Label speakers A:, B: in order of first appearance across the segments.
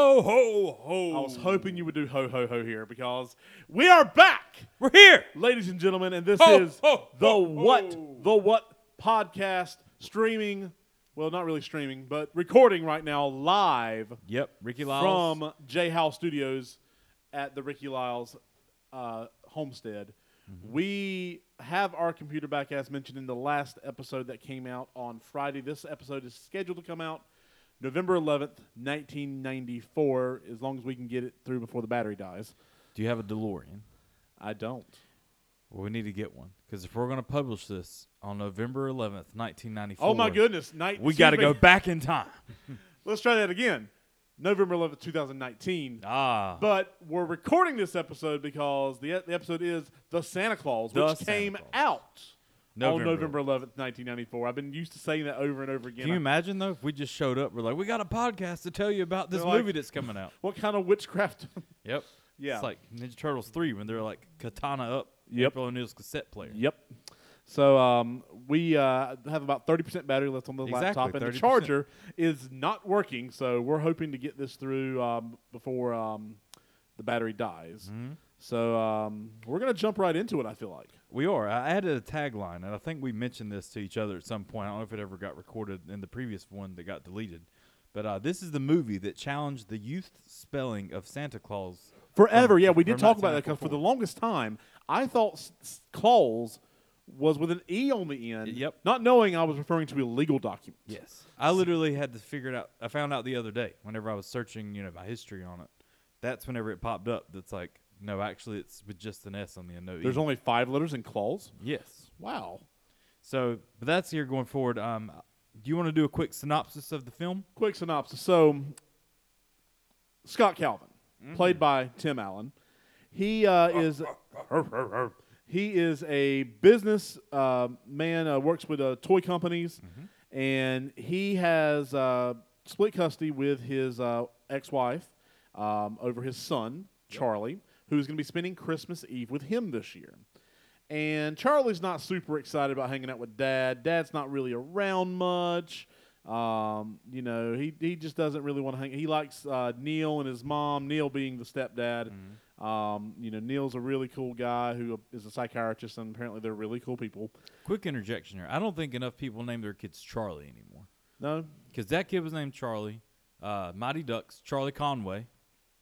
A: Ho ho!
B: I was hoping you would do ho ho ho here because we are back,
A: We're here.
B: ladies and gentlemen, and this
A: Ho,
B: is
A: ho,
B: the
A: ho,
B: what
A: ho.
B: the what podcast streaming. Well, not really streaming, but recording right now live
A: Yep, Ricky Lyles.
B: from J Howe Studios at the Ricky Lyles uh, homestead. We have our computer back as mentioned in the last episode that came out on Friday. This episode is scheduled to come out November 11th, 1994, as long as we can get it through before the battery dies.
C: Do you have a DeLorean?
B: I don't.
C: Well, we need to get one because if we're going to publish this on November 11th, 1994.
B: Oh my goodness. Night,
C: We
B: excuse
C: got to
B: me.
C: go back in time.
B: Let's try that again. November 11th, 2019.
C: Ah.
B: But we're recording this episode because the, the episode is The Santa Claus,
C: The
B: which
C: Santa
B: came
C: Claus.
B: out
C: November.
B: on November 11th, 1994. I've been used to saying that over and over again.
C: Can you imagine though if we just showed up? We're like, we got a podcast to tell you about this
B: They're like-
C: movie that's coming out.
B: what kind of witchcraft?
C: Yep.
B: Yeah.
C: It's like Ninja Turtles three when they're like katana up.
B: Yep.
C: April O'Neil's cassette player.
B: yep. So um, we uh, have about 30% battery left on the
C: Exactly,
B: laptop, and the
C: 30%.
B: charger is not working. So we're hoping to get this through um, before um, the battery dies.
C: Mm-hmm.
B: So um, we're going to jump right into it, I feel like.
C: We are. I added a tagline, and I think we mentioned this to each other at some point. I don't know if it ever got recorded in the previous one that got deleted. But uh, this is the movie that challenged the youth spelling of Santa Claus
B: Forever,
C: From-
B: yeah, we did
C: from
B: talk about that because for
C: 1994.
B: the longest time, I thought s- s- Claus was with an E on the end.
C: Yep.
B: Not knowing I was referring to a legal document.
C: Yes. I literally had to figure it out. I found out the other day whenever I was searching, you know, my history on it. That's whenever it popped up. That's like, no, actually, it's with just an S on the end. No,
B: There's
C: E.
B: only five letters in Claus.
C: yes.
B: Wow.
C: So, but that's here going forward. Um, do you want to do a quick synopsis of the film?
B: Quick synopsis. So, Scott Calvin, played by Tim Allen, he uh, is he is a business uh, man. Uh, works with uh, toy companies, and he has uh, split custody with his uh, ex-wife um, over his son Charlie, who's going to be spending Christmas Eve with him this year. And Charlie's not super excited about hanging out with dad. Dad's not really around much. Um, you know, he, he just doesn't really want to hang. He likes uh, Neil and his mom, Neil being the stepdad.
C: Mm-hmm.
B: Um, you know, Neil's a really cool guy who is a psychiatrist, and apparently they're really cool people.
C: Quick interjection here. I don't think enough people name their kids Charlie anymore.
B: No?
C: Because that kid was named Charlie, uh, Mighty Ducks, Charlie Conway.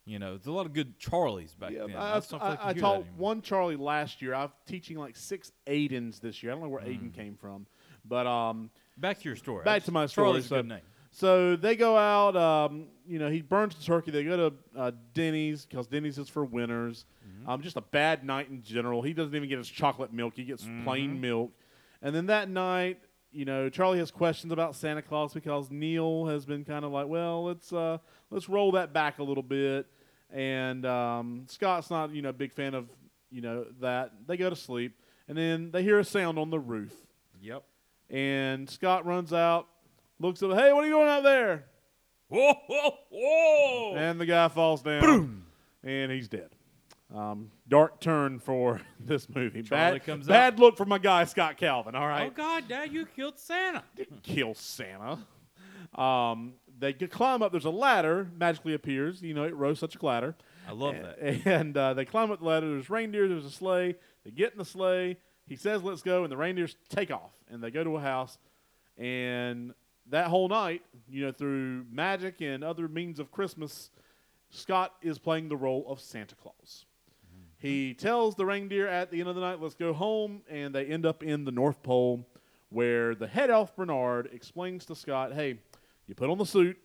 C: You know, there's a lot of good Charlies back
B: Yeah,
C: then.
B: I,
C: just don't feel
B: I,
C: like you
B: I
C: hear that
B: taught
C: anymore.
B: one Charlie last year. I'm teaching like six Aidens this year. I don't know where Aiden
C: Mm.
B: came from, but um,
C: Back to your story. I
B: back
C: just-
B: to my story.
C: Charlie's
B: so,
C: a good name.
B: so they go out. Um, you know, he burns the turkey. They go to uh, Denny's because Denny's is for winners. Um, just a bad night in general. He doesn't even get his chocolate milk. He gets plain milk. And then that night, you know, Charlie has questions about Santa Claus because Neil has been kind of like, well, let's uh, let's roll that back a little bit. And um, Scott's not, you know, a big fan of, you know, that. They go to sleep, and then they hear a sound on the roof.
C: Yep.
B: And Scott runs out, looks up, hey, what are you doing out there?
C: Whoa, whoa, whoa!
B: And the guy falls down. And he's dead. Um, dark turn for this movie.
C: Charlie
B: bad
C: comes
B: bad look for my guy, Scott Calvin, all right?
C: Oh, God, Dad, you killed Santa.
B: Kill Santa. Um, they could climb up. There's a ladder, magically appears. You know, it rose such a ladder.
C: I love
B: And-
C: that.
B: And uh, they climb up the ladder. There's reindeer. There's a sleigh. They get in the sleigh. He says, "Let's go," and the reindeers take off. And they go to a house. And that whole night, you know, through magic and other means of Christmas, Scott is playing the role of Santa Claus. He tells the reindeer at the end of the night, "Let's go home," and they end up in the North Pole, where the head elf Bernard explains to Scott, "Hey, you put on the suit,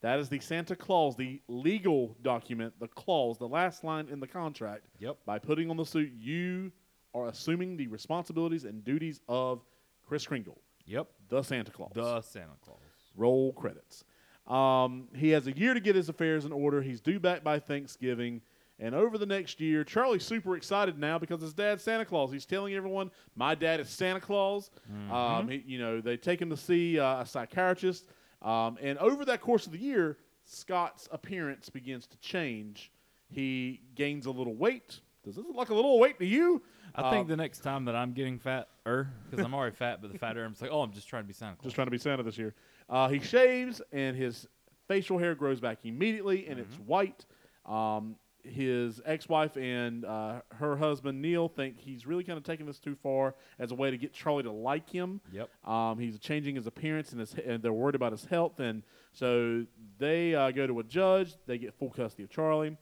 B: that is the Santa Claus, the legal document, the clause, the last line in the contract.
C: Yep.
B: By putting on the suit, you are assuming the responsibilities and duties of Chris Kringle,
C: Yep.
B: the Santa Claus.
C: The Santa Claus.
B: Roll credits. Um, he has a year to get his affairs in order. He's due back by Thanksgiving. And over the next year, Charlie's super excited now because his dad's Santa Claus. He's telling everyone, "My dad is Santa Claus."
C: Mm-hmm.
B: Um, he- you know, they take him to see uh, a psychiatrist, um, and over that course of the year, Scott's appearance begins to change. He gains a little weight. Does this look like a little weight to you?
C: I
B: Uh,
C: think the next time that I'm getting fat, er, because I'm already fat, but the fatter, I'm just like, oh, I'm just trying to be Santa Claus.
B: Just trying to be Santa this year. Uh, he shaves and his facial hair grows back immediately, and it's white. Um, his ex-wife and uh, her husband Neil think he's really kind of taking this too far as a way to get Charlie to like him.
C: Yep.
B: Um, he's changing his appearance, and, his, and they're worried about his health, and so they uh, go to a judge. They get full custody of Charlie.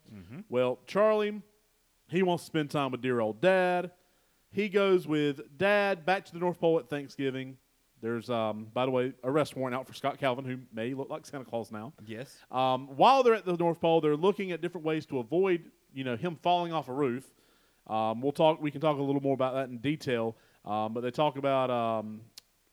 B: Well, Charlie, he wants to spend time with dear old dad. He goes with dad back to the North Pole at Thanksgiving. There's, um, by the way, arrest warrant out for Scott Calvin, who may look like Santa Claus now.
C: Yes.
B: Um, while they're at the North Pole, they're looking at different ways to avoid, you know, him falling off a roof. Um, we'll talk. We can talk a little more about that in detail. Um, but they talk about um,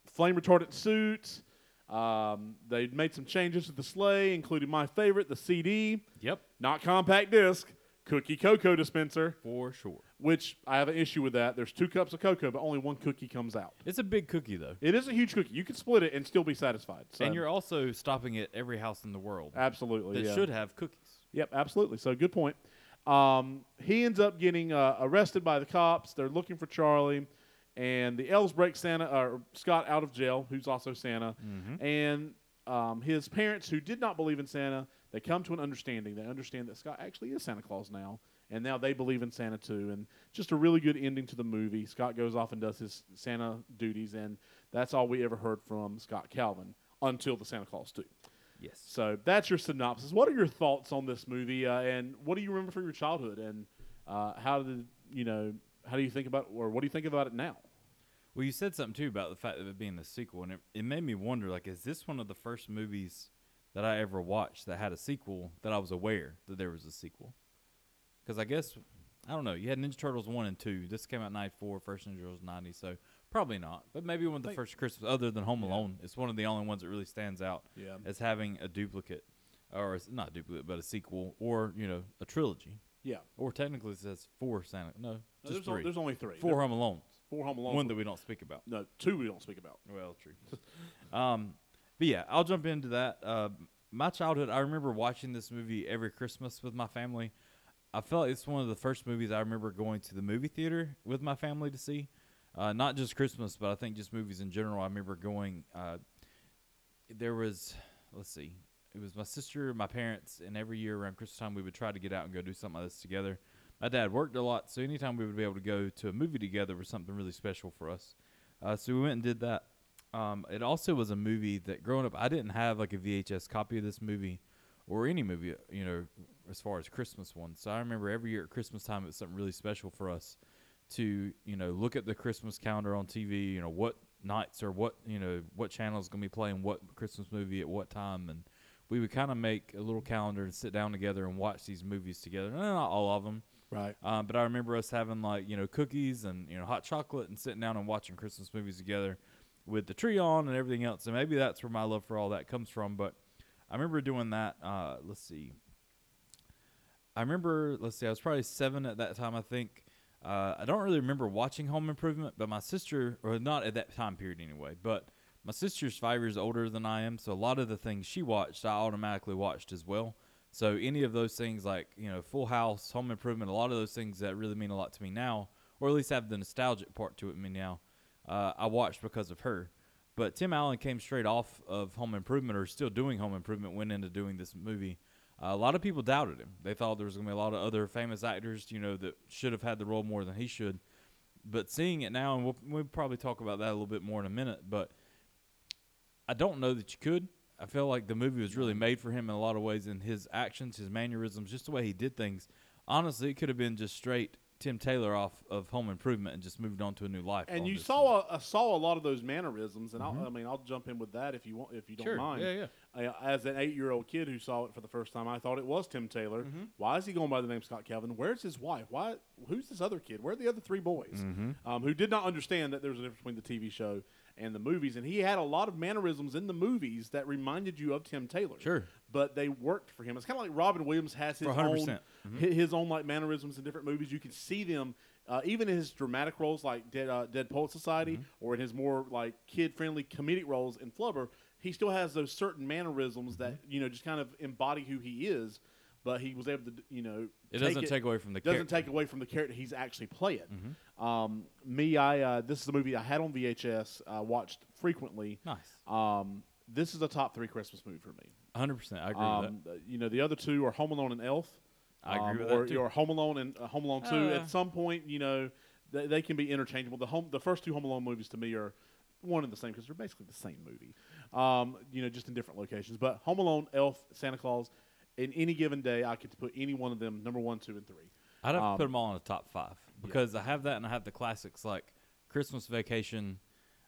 B: flame retardant suits. Um, they made some changes to the sleigh, including my favorite, the CD,
C: Yep.
B: not compact disc, cookie cocoa dispenser,
C: For sure.
B: which I have an issue with that. There's two cups of cocoa, but only one cookie comes out.
C: It's a big cookie though.
B: It is a huge cookie. You can split it and still be satisfied. So
C: And you're also stopping at every house in the world
B: absolutely
C: that
B: yeah.
C: should have cookies.
B: Yep, absolutely. So good point. Um, he ends up getting uh, arrested by the cops. They're looking for Charlie, and the elves break Santa or Scott out of jail, who's also Santa, and um, his parents, who did not believe in Santa, they come to an understanding. They understand that Scott actually is Santa Claus now, and now they believe in Santa too. And just a really good ending to the movie. Scott goes off and does his Santa duties, and that's all we ever heard from Scott Calvin until the Santa Claus too.
C: Yes.
B: So that's your synopsis. What are your thoughts on this movie, uh, and what do you remember from your childhood, and uh, how did you know? How do you think about, or what do you think about it now?
C: Well, you said something too about the fact of it being the sequel, and it, it made me wonder like, is this one of the first movies that I ever watched that had a sequel that I was aware that there was a sequel? Because I guess I don't know. You had Ninja Turtles one and two. This came out in '94. First Ninja Turtles ninety, so probably not. But maybe one of the first Christmas, other than Home Alone, it's one of the only ones that really stands out
B: Yeah.
C: as having a duplicate, or it's not duplicate, but a sequel, or you know, a trilogy,
B: Yeah,
C: or technically it says four Santa. No, just
B: there's,
C: three.
B: there's only three.
C: four Home Alones.
B: four Home Alone.
C: One that we don't speak about.
B: no, two we don't speak about.
C: Well, true. um, but yeah, I'll jump into that. Uh, my childhood, I remember watching this movie every Christmas with my family. I felt it's one of the first movies I remember going to the movie theater with my family to see. Uh, not just Christmas, but I think just movies in general. I remember going. Uh, there was, let's see, it was my sister, my parents, and every year around Christmas time we would try to get out and go do something like this together. My dad worked a lot, so anytime we would be able to go to a movie together was something really special for us. Uh, so we went and did that. Um, it also was a movie that growing up I didn't have like a VHS copy of this movie or any movie, you know, as far as Christmas ones. So I remember every year at Christmas time it was something really special for us to you know look at the Christmas calendar on TV. You know what nights or what you know what channel is going to be playing what Christmas movie at what time, and we would kind of make a little calendar and sit down together and watch these movies together. Eh, Not all of them,
B: Right.
C: um, but I remember us having like you know cookies and you know hot chocolate and sitting down and watching Christmas movies together with the tree on and everything else. And maybe that's where my love for all that comes from. But I remember doing that. Uh, let's see. I remember. Let's see. I was probably seven at that time. I think. Uh, I don't really remember watching Home Improvement, but my sister, or not at that time period anyway, but my sister's five years older than I am, so a lot of the things she watched, I automatically watched as well. So any of those things like, you know, Full House, Home Improvement, a lot of those things that really mean a lot to me now, or at least have the nostalgic part to it me now, uh, I watched because of her. But Tim Allen came straight off of Home Improvement, or still doing Home Improvement, went into doing this movie. Uh, a lot of people doubted him. They thought there was going to be a lot of other famous actors, you know, that should have had the role more than he should. But seeing it now, and we'll, we'll probably talk about that a little bit more in a minute, but I don't know that you could. I feel like the movie was really made for him in a lot of ways, in his actions, his mannerisms, just the way he did things. Honestly, it could have been just straight Tim Taylor off of Home Improvement and just moved on to a new life.
B: And
C: on
B: you
C: this Mm-hmm.
B: saw a, uh, saw a lot of those mannerisms, and I'll, I mean I'll jump in with that if you want if you don't
C: Sure.
B: mind.
C: Yeah, yeah.
B: I- as an eight year old kid who saw it for the first time, I thought it was Tim Taylor. Why is he going by the name Scott Calvin? Where's his wife? Why? Who's this other kid? Where are the other three boys? Um, who did not understand that there was a difference between the TV show and the movies, and he had a lot of mannerisms in the movies that reminded you of Tim Taylor.
C: Sure.
B: but they worked for him. It's kind of like Robin Williams has his own
C: 100%.
B: hi- his own like mannerisms in different movies. You can see them uh, even in his dramatic roles like Dead uh, Dead Poet Society
C: Mm-hmm.
B: or in his more like kid friendly comedic roles in Flubber. He still has those certain mannerisms that
C: Mm-hmm.
B: you know just kind of embody who he is. But he was able to d- you know
C: It doesn't take away from the Mm-hmm.
B: doesn't
C: character.
B: take away from the character he's actually playing. Um, me, I uh, this is a movie I had on VHS, uh, watched frequently.
C: Nice.
B: Um, this is a top three Christmas movie for me.
C: Hundred percent, I agree with
B: Um, you know, the other two are Home Alone and Elf.
C: I agree
B: um,
C: with that,
B: or,
C: too.
B: Or Home Alone and uh, Home Alone Two.
C: Uh.
B: At some point, you know, they, they can be interchangeable. The home, the first two Home Alone movies to me are one and the same because they're basically the same movie. Um, you know, just in different locations. But Home Alone, Elf, Santa Claus, in any given day, I get to put any one of them number one, two, and three.
C: that. I'd have
B: Um,
C: to put them all in a top five because I have that and I have the classics like Christmas Vacation.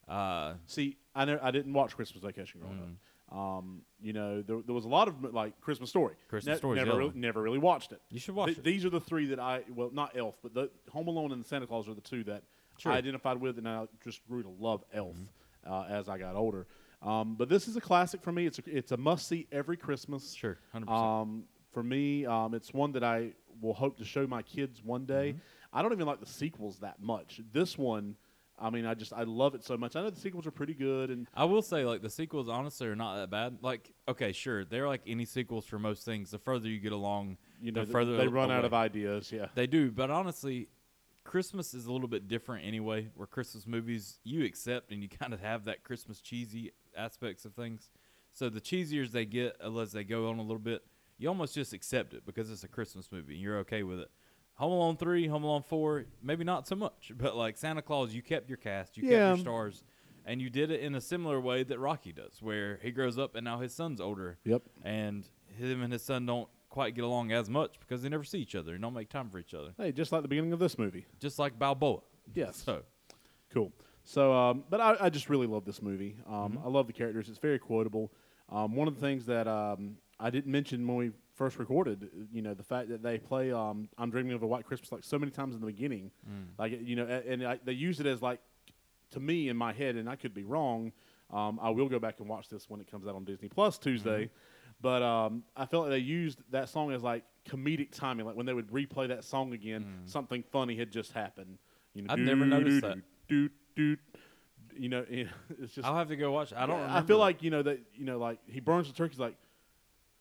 C: Uh,
B: See, I know I didn't watch Christmas Vacation growing
C: Mm.
B: up. Um, you know, there, there was a lot of like Christmas Story.
C: Christmas Story's the
B: Never
C: other
B: really,
C: one.
B: never really watched it.
C: You should watch
B: Th-
C: it.
B: These are the three that I well, not Elf, but the Home Alone and Santa Claus are the two that
C: Sure.
B: I identified with, and I just grew to love Elf
C: Mm-hmm.
B: uh, as I got older. Um, but this is a classic for me. It's a, it's a must see every Christmas.
C: sure, hundred percent.
B: Um, for me, um, it's one that I will hope to show my kids one day.
C: Mm-hmm.
B: I don't even like the sequels that much. This one, I mean, I just I love it so much. I know the sequels are pretty good, and
C: I will say, like, the sequels honestly are not that bad. Like, okay, sure, they're like any sequels for most things. The further you get along,
B: you know
C: the
B: th-
C: further
B: they run out
C: away-
B: of ideas. Yeah,
C: They do, but honestly, Christmas is a little bit different anyway. Where Christmas movies, you accept and you kind of have that Christmas cheesy aspects of things. So the cheesier they get, uh, as they go on a little bit, you almost just accept it because it's a Christmas movie and you're okay with it. Home Alone three, Home Alone four, maybe not so much, but like Santa Claus, you kept your cast, you
B: Yeah.
C: kept your stars, and you did it in a similar way that Rocky does, where he grows up and now his son's older
B: Yep.
C: and him and his son don't quite get along as much because they never see each other and don't make time for each other.
B: hey, just like the beginning of this movie.
C: Just like Balboa.
B: Yes.
C: So
B: Cool. So, um, but I, I just really love this movie. Um,
C: Mm-hmm.
B: I love the characters. It's very quotable. Um, one of the things that um, I didn't mention when we first recorded, you know, the fact that they play um, "I'm Dreaming of a White Christmas" like so many times in the beginning,
C: Mm.
B: like you know, a- and I, they use it as like to me in my head, and I could be wrong. Um, I will go back and watch this when it comes out on Disney Plus Tuesday.
C: Mm-hmm.
B: But um, I felt like they used that song as like comedic timing, like when they would replay that song again, something funny had just happened. You know,
C: Mm. I've never noticed that.
B: Doot, doot, you know, it's just.
C: I'll have to go watch. it. I don't.
B: I
C: remember
B: feel
C: that.
B: like you know that you know like he burns the turkey's like,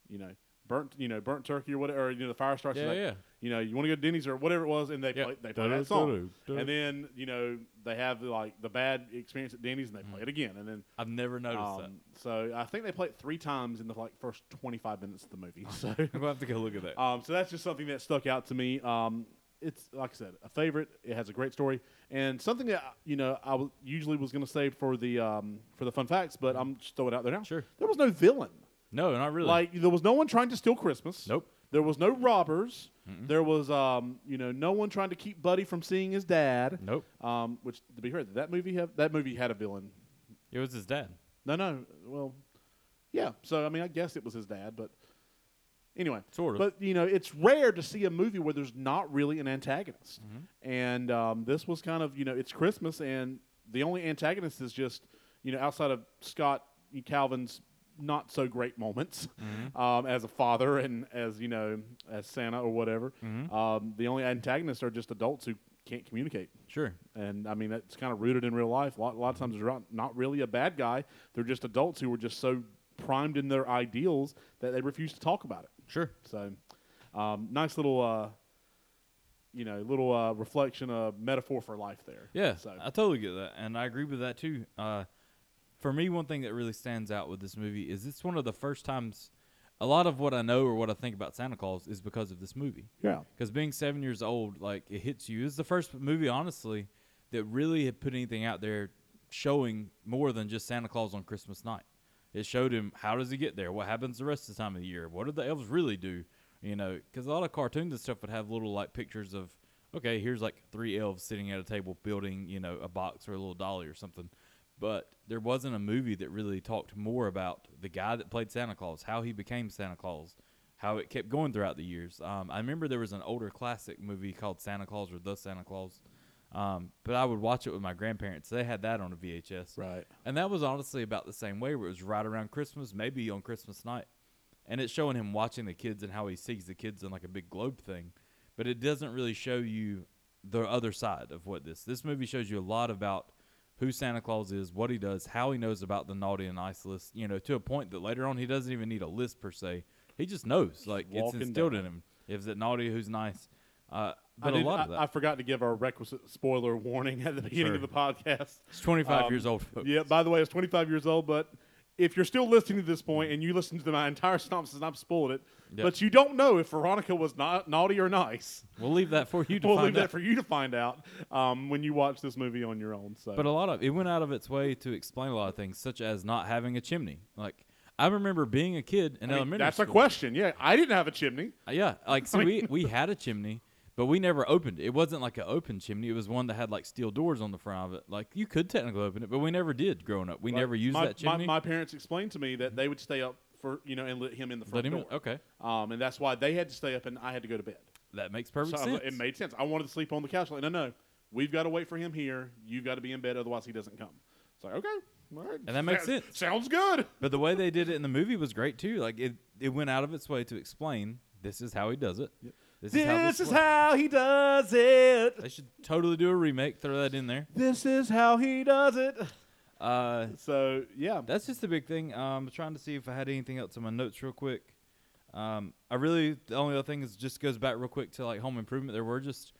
B: you know, burnt you know burnt turkey or whatever. Or, you know, the fire starts. he's
C: Yeah,
B: like,
C: yeah.
B: You know, you want to go to Denny's or whatever it was, and they
C: Yeah.
B: play they play that song, and then you know they have like the bad experience at Denny's and they play it again, and then
C: I've never Mm. noticed
B: um, so I think they play it three times in the like first twenty five minutes of the movie. So
C: that. I'm gonna have to go look at that.
B: um, so that's just something that stuck out to me. Um, it's like I said, a favorite. It has a great story, and something that you know I w- usually was going to save for the um, for the fun facts, but I'm just throwing it out there now.
C: Sure.
B: There was no villain.
C: no, not really.
B: Like there was no one trying to steal Christmas.
C: Nope.
B: There was no robbers. There was um, you know no one trying to keep Buddy from seeing his dad.
C: nope.
B: Um, which to be fair, did that movie have that movie had a villain?
C: It was his dad.
B: No, no. Well, yeah. So I mean, I guess it was his dad, but anyway,
C: Sort of.
B: But you know, it's rare to see a movie where there's not really an antagonist,
C: Mm-hmm.
B: and um, this was kind of you know, it's Christmas, and the only antagonist is just you know, outside of Scott E. Calvin's not so great moments
C: Mm-hmm.
B: um, as a father and as you know, as Santa or whatever.
C: Mm-hmm.
B: Um, the only antagonists are just adults who can't communicate.
C: Sure.
B: And I mean, that's kind of rooted in real life. A lot, a lot of times, they're not, not really a bad guy. They're just adults who were just so primed in their ideals that they refuse to talk about it.
C: Sure.
B: So, um, nice little, uh, you know, little uh, reflection, uh, metaphor for life there.
C: Yeah,
B: So,
C: I totally get that, and I agree with that too. Uh, for me, one thing that really stands out with this movie is it's one of the first times. A lot of what I know or what I think about Santa Claus is because of this movie.
B: yeah.
C: Because being seven years old, like it hits you. It's the first movie, honestly, that really had put anything out there showing more than just Santa Claus on Christmas night. It showed him how does he get there, what happens the rest of the time of the year, what do the elves really do, you know? Because a lot of cartoons and stuff would have little like pictures of, okay, here's like three elves sitting at a table building, you know, a box or a little dolly or something. But there wasn't a movie that really talked more about the guy that played Santa Claus, how he became Santa Claus, how it kept going throughout the years. Um, I remember there was an older classic movie called Santa Claus or The Santa Claus, um, but I would watch it with my grandparents. They had that on a VHS,
B: Right.
C: and that was honestly about the same way, where it was right around Christmas, maybe on Christmas night, and it's showing him watching the kids and how he sees the kids in like a big globe thing, but it doesn't really show you the other side of what this. This movie shows you a lot about who Santa Claus is, what he does, how he knows about the naughty and nice list, you know, to a point that later on he doesn't even need a list per se. He just knows, like it's
B: walking
C: instilled
B: down.
C: in him. If it naughty, who's nice? Uh,
B: I,
C: but a
B: did-
C: lot
B: I,
C: of that.
B: I forgot to give our requisite spoiler warning at the beginning
C: Sure.
B: of the podcast.
C: it's 25
B: um,
C: years old. Folks.
B: Yeah, by the way, it's 25 years old, but if you're still listening to this point and you listened to my entire synopsis and I've spoiled it,
C: Yep.
B: but you don't know if Veronica was not naughty or nice,
C: We'll leave that for you to
B: we'll
C: find
B: leave
C: out.
B: that for you to find out um, when you watch this movie on your own. So,
C: But a lot of it went out of its way to explain a lot of things, such as not having a chimney. Like I remember being a kid in
B: I mean,
C: elementary.
B: that's a
C: school.
B: question. Yeah, I didn't have a chimney.
C: Uh, Yeah, like so we we had a chimney, but we never opened it. It wasn't like an open chimney. It was one that had like steel doors on the front of it. Like you could technically open it, but we never did growing up. We never used
B: my,
C: that chimney.
B: My, my parents explained to me that they would stay up for you know and let him in the front
C: Let him in-
B: door.
C: okay.
B: um, and that's why they had to stay up and I had to go to bed.
C: that makes perfect
B: So I-
C: sense.
B: it made sense. I wanted to sleep on the couch. Like, no, no, we've got to wait for him here. You've got to be in bed, otherwise he doesn't come. It's like okay, all right,
C: And that makes
B: Sounds-
C: sense.
B: Sounds good.
C: but the way they did it in the movie was great too. Like it it went out of its way to explain this is how he does it. This, is how. This works.
B: how he does it.
C: They should totally do a remake. Throw that in there.
B: This is how he does it.
C: Uh,
B: So yeah,
C: that's just the big thing. Um, I'm trying to see if I had anything else in my notes real quick. Um, I really the only other thing is just goes back real quick to like Home Improvement. There were just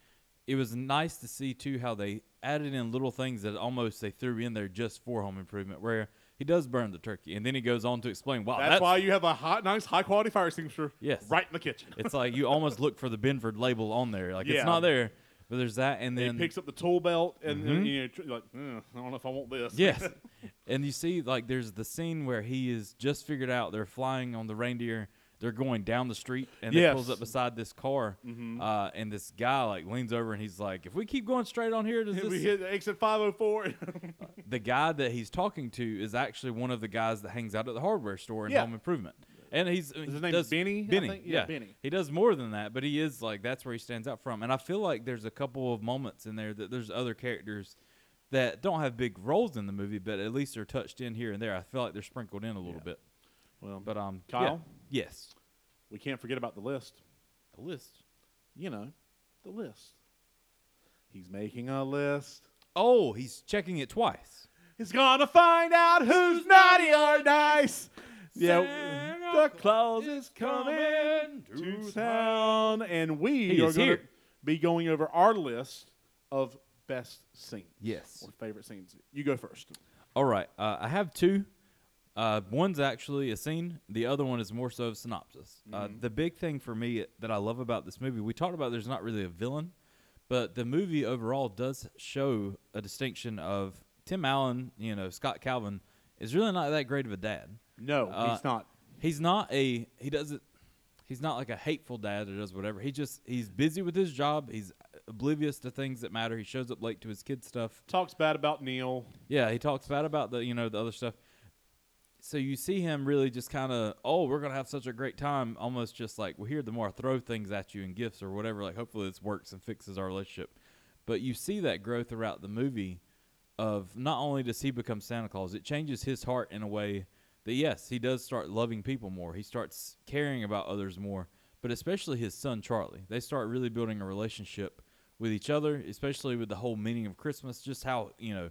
C: it was nice to see too how they added in little things that almost they threw in there just for Home Improvement, where he does burn the turkey, and then he goes on to explain, "Wow,
B: that's, why you have a hot, nice, high quality fire extinguisher.
C: Yes.
B: right in the kitchen.
C: it's like you almost look for the Benford label on there. Like
B: Yeah.
C: it's not there, but there's that, and
B: He
C: then Mm-hmm.
B: picks up the tool belt and then, you know, tr- like, "Mm, I don't know if I want this.
C: Yes. and you see, like, there's the scene where he is just figured out they're flying on the reindeer. They're going down the street, and he pulls
B: Yes. Mm-hmm.
C: up beside this car. Uh, and this guy, like, leans over and he's like, If we keep going straight on here, does
B: we
C: this.
B: hit exit 504.
C: the guy that he's talking to is actually one of the guys that hangs out at the hardware store in
B: Yeah.
C: Home Improvement. And he's is
B: his name Benny, I
C: Benny,
B: think? Yeah,
C: yeah,
B: Benny.
C: He does more than that, but he is like that's where he stands out from. And I feel like there's a couple of moments in there that there's other characters that don't have big roles in the movie, but at least they're touched in here and there. I feel like they're sprinkled in a little bit.
B: well, but
C: But um, yeah.
B: Kyle?
C: yes,
B: we can't forget about the list.
C: a list.
B: You know, the list. He's making a list.
C: Oh, he's checking it twice.
B: He's gonna find out who's naughty or nice. Yeah,
C: Santa
B: the Claus is coming to town, and we
C: He
B: are
C: is
B: gonna
C: here.
B: be going over our list of best scenes
C: Yes.
B: or favorite scenes. You go first.
C: All right, uh, I have two. Uh, one's actually a scene. The other one is more so a synopsis. Uh, the big thing for me that I love about this movie, we talked about there's not really a villain, but the movie overall does show a distinction of Tim Allen, you know, Scott Calvin is really not that great of a dad.
B: No,
C: Uh,
B: he's not.
C: He's not a he doesn't he's not like a hateful dad or does whatever. He just he's busy with his job. He's oblivious to things that matter. He shows up late to his kids stuff.
B: Talks bad about Neil.
C: Yeah, he talks bad about the you know the other stuff. So you see him really just kind of oh we're gonna have such a great time, almost just like well here the more I throw things at you and gifts or whatever like hopefully this works and fixes our relationship. But you see that growth throughout the movie of not only does he become Santa Claus, it changes his heart in a way that yes he does start loving people more. He starts caring about others more, but especially his son Charlie. They start really building a relationship with each other, especially with the whole meaning of Christmas, just how you know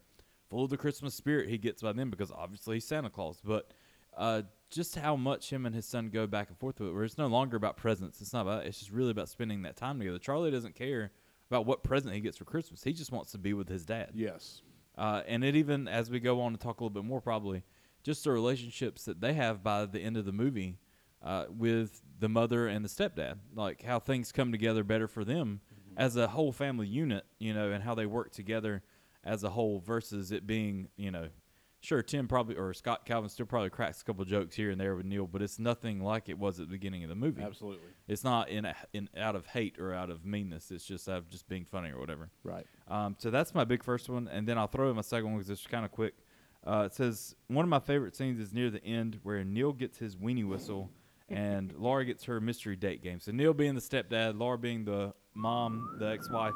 C: full of the Christmas spirit he gets by them because obviously he's Santa Claus. But uh, just how much him and his son go back and forth with it, where it's no longer about presents. It's not about. It's just really about spending that time together. Charlie doesn't care about what present he gets for Christmas. He just wants to be with his dad.
B: Yes.
C: Uh, and it even, as we go on to talk a little bit more, probably just the relationships that they have by the end of the movie uh, with the mother and the stepdad, like how things come together better for them as a whole family unit, you know, and how they work together as a whole versus it being, you know, sure, Tim probably or Scott Calvin still probably cracks a couple jokes here and there with Neil, but it's nothing like it was at the beginning of the movie.
B: Absolutely.
C: It's not in, a, in out of hate or out of meanness. It's just out of just being funny or whatever.
B: Right.
C: Um, so that's my big first one, and then I'll throw in my second one because it's kind of quick. Uh, it says one of my favorite scenes is near the end where Neil gets his weenie whistle, and Laura gets her mystery date game. So Neil being the stepdad, Laura being the mom, the ex-wife.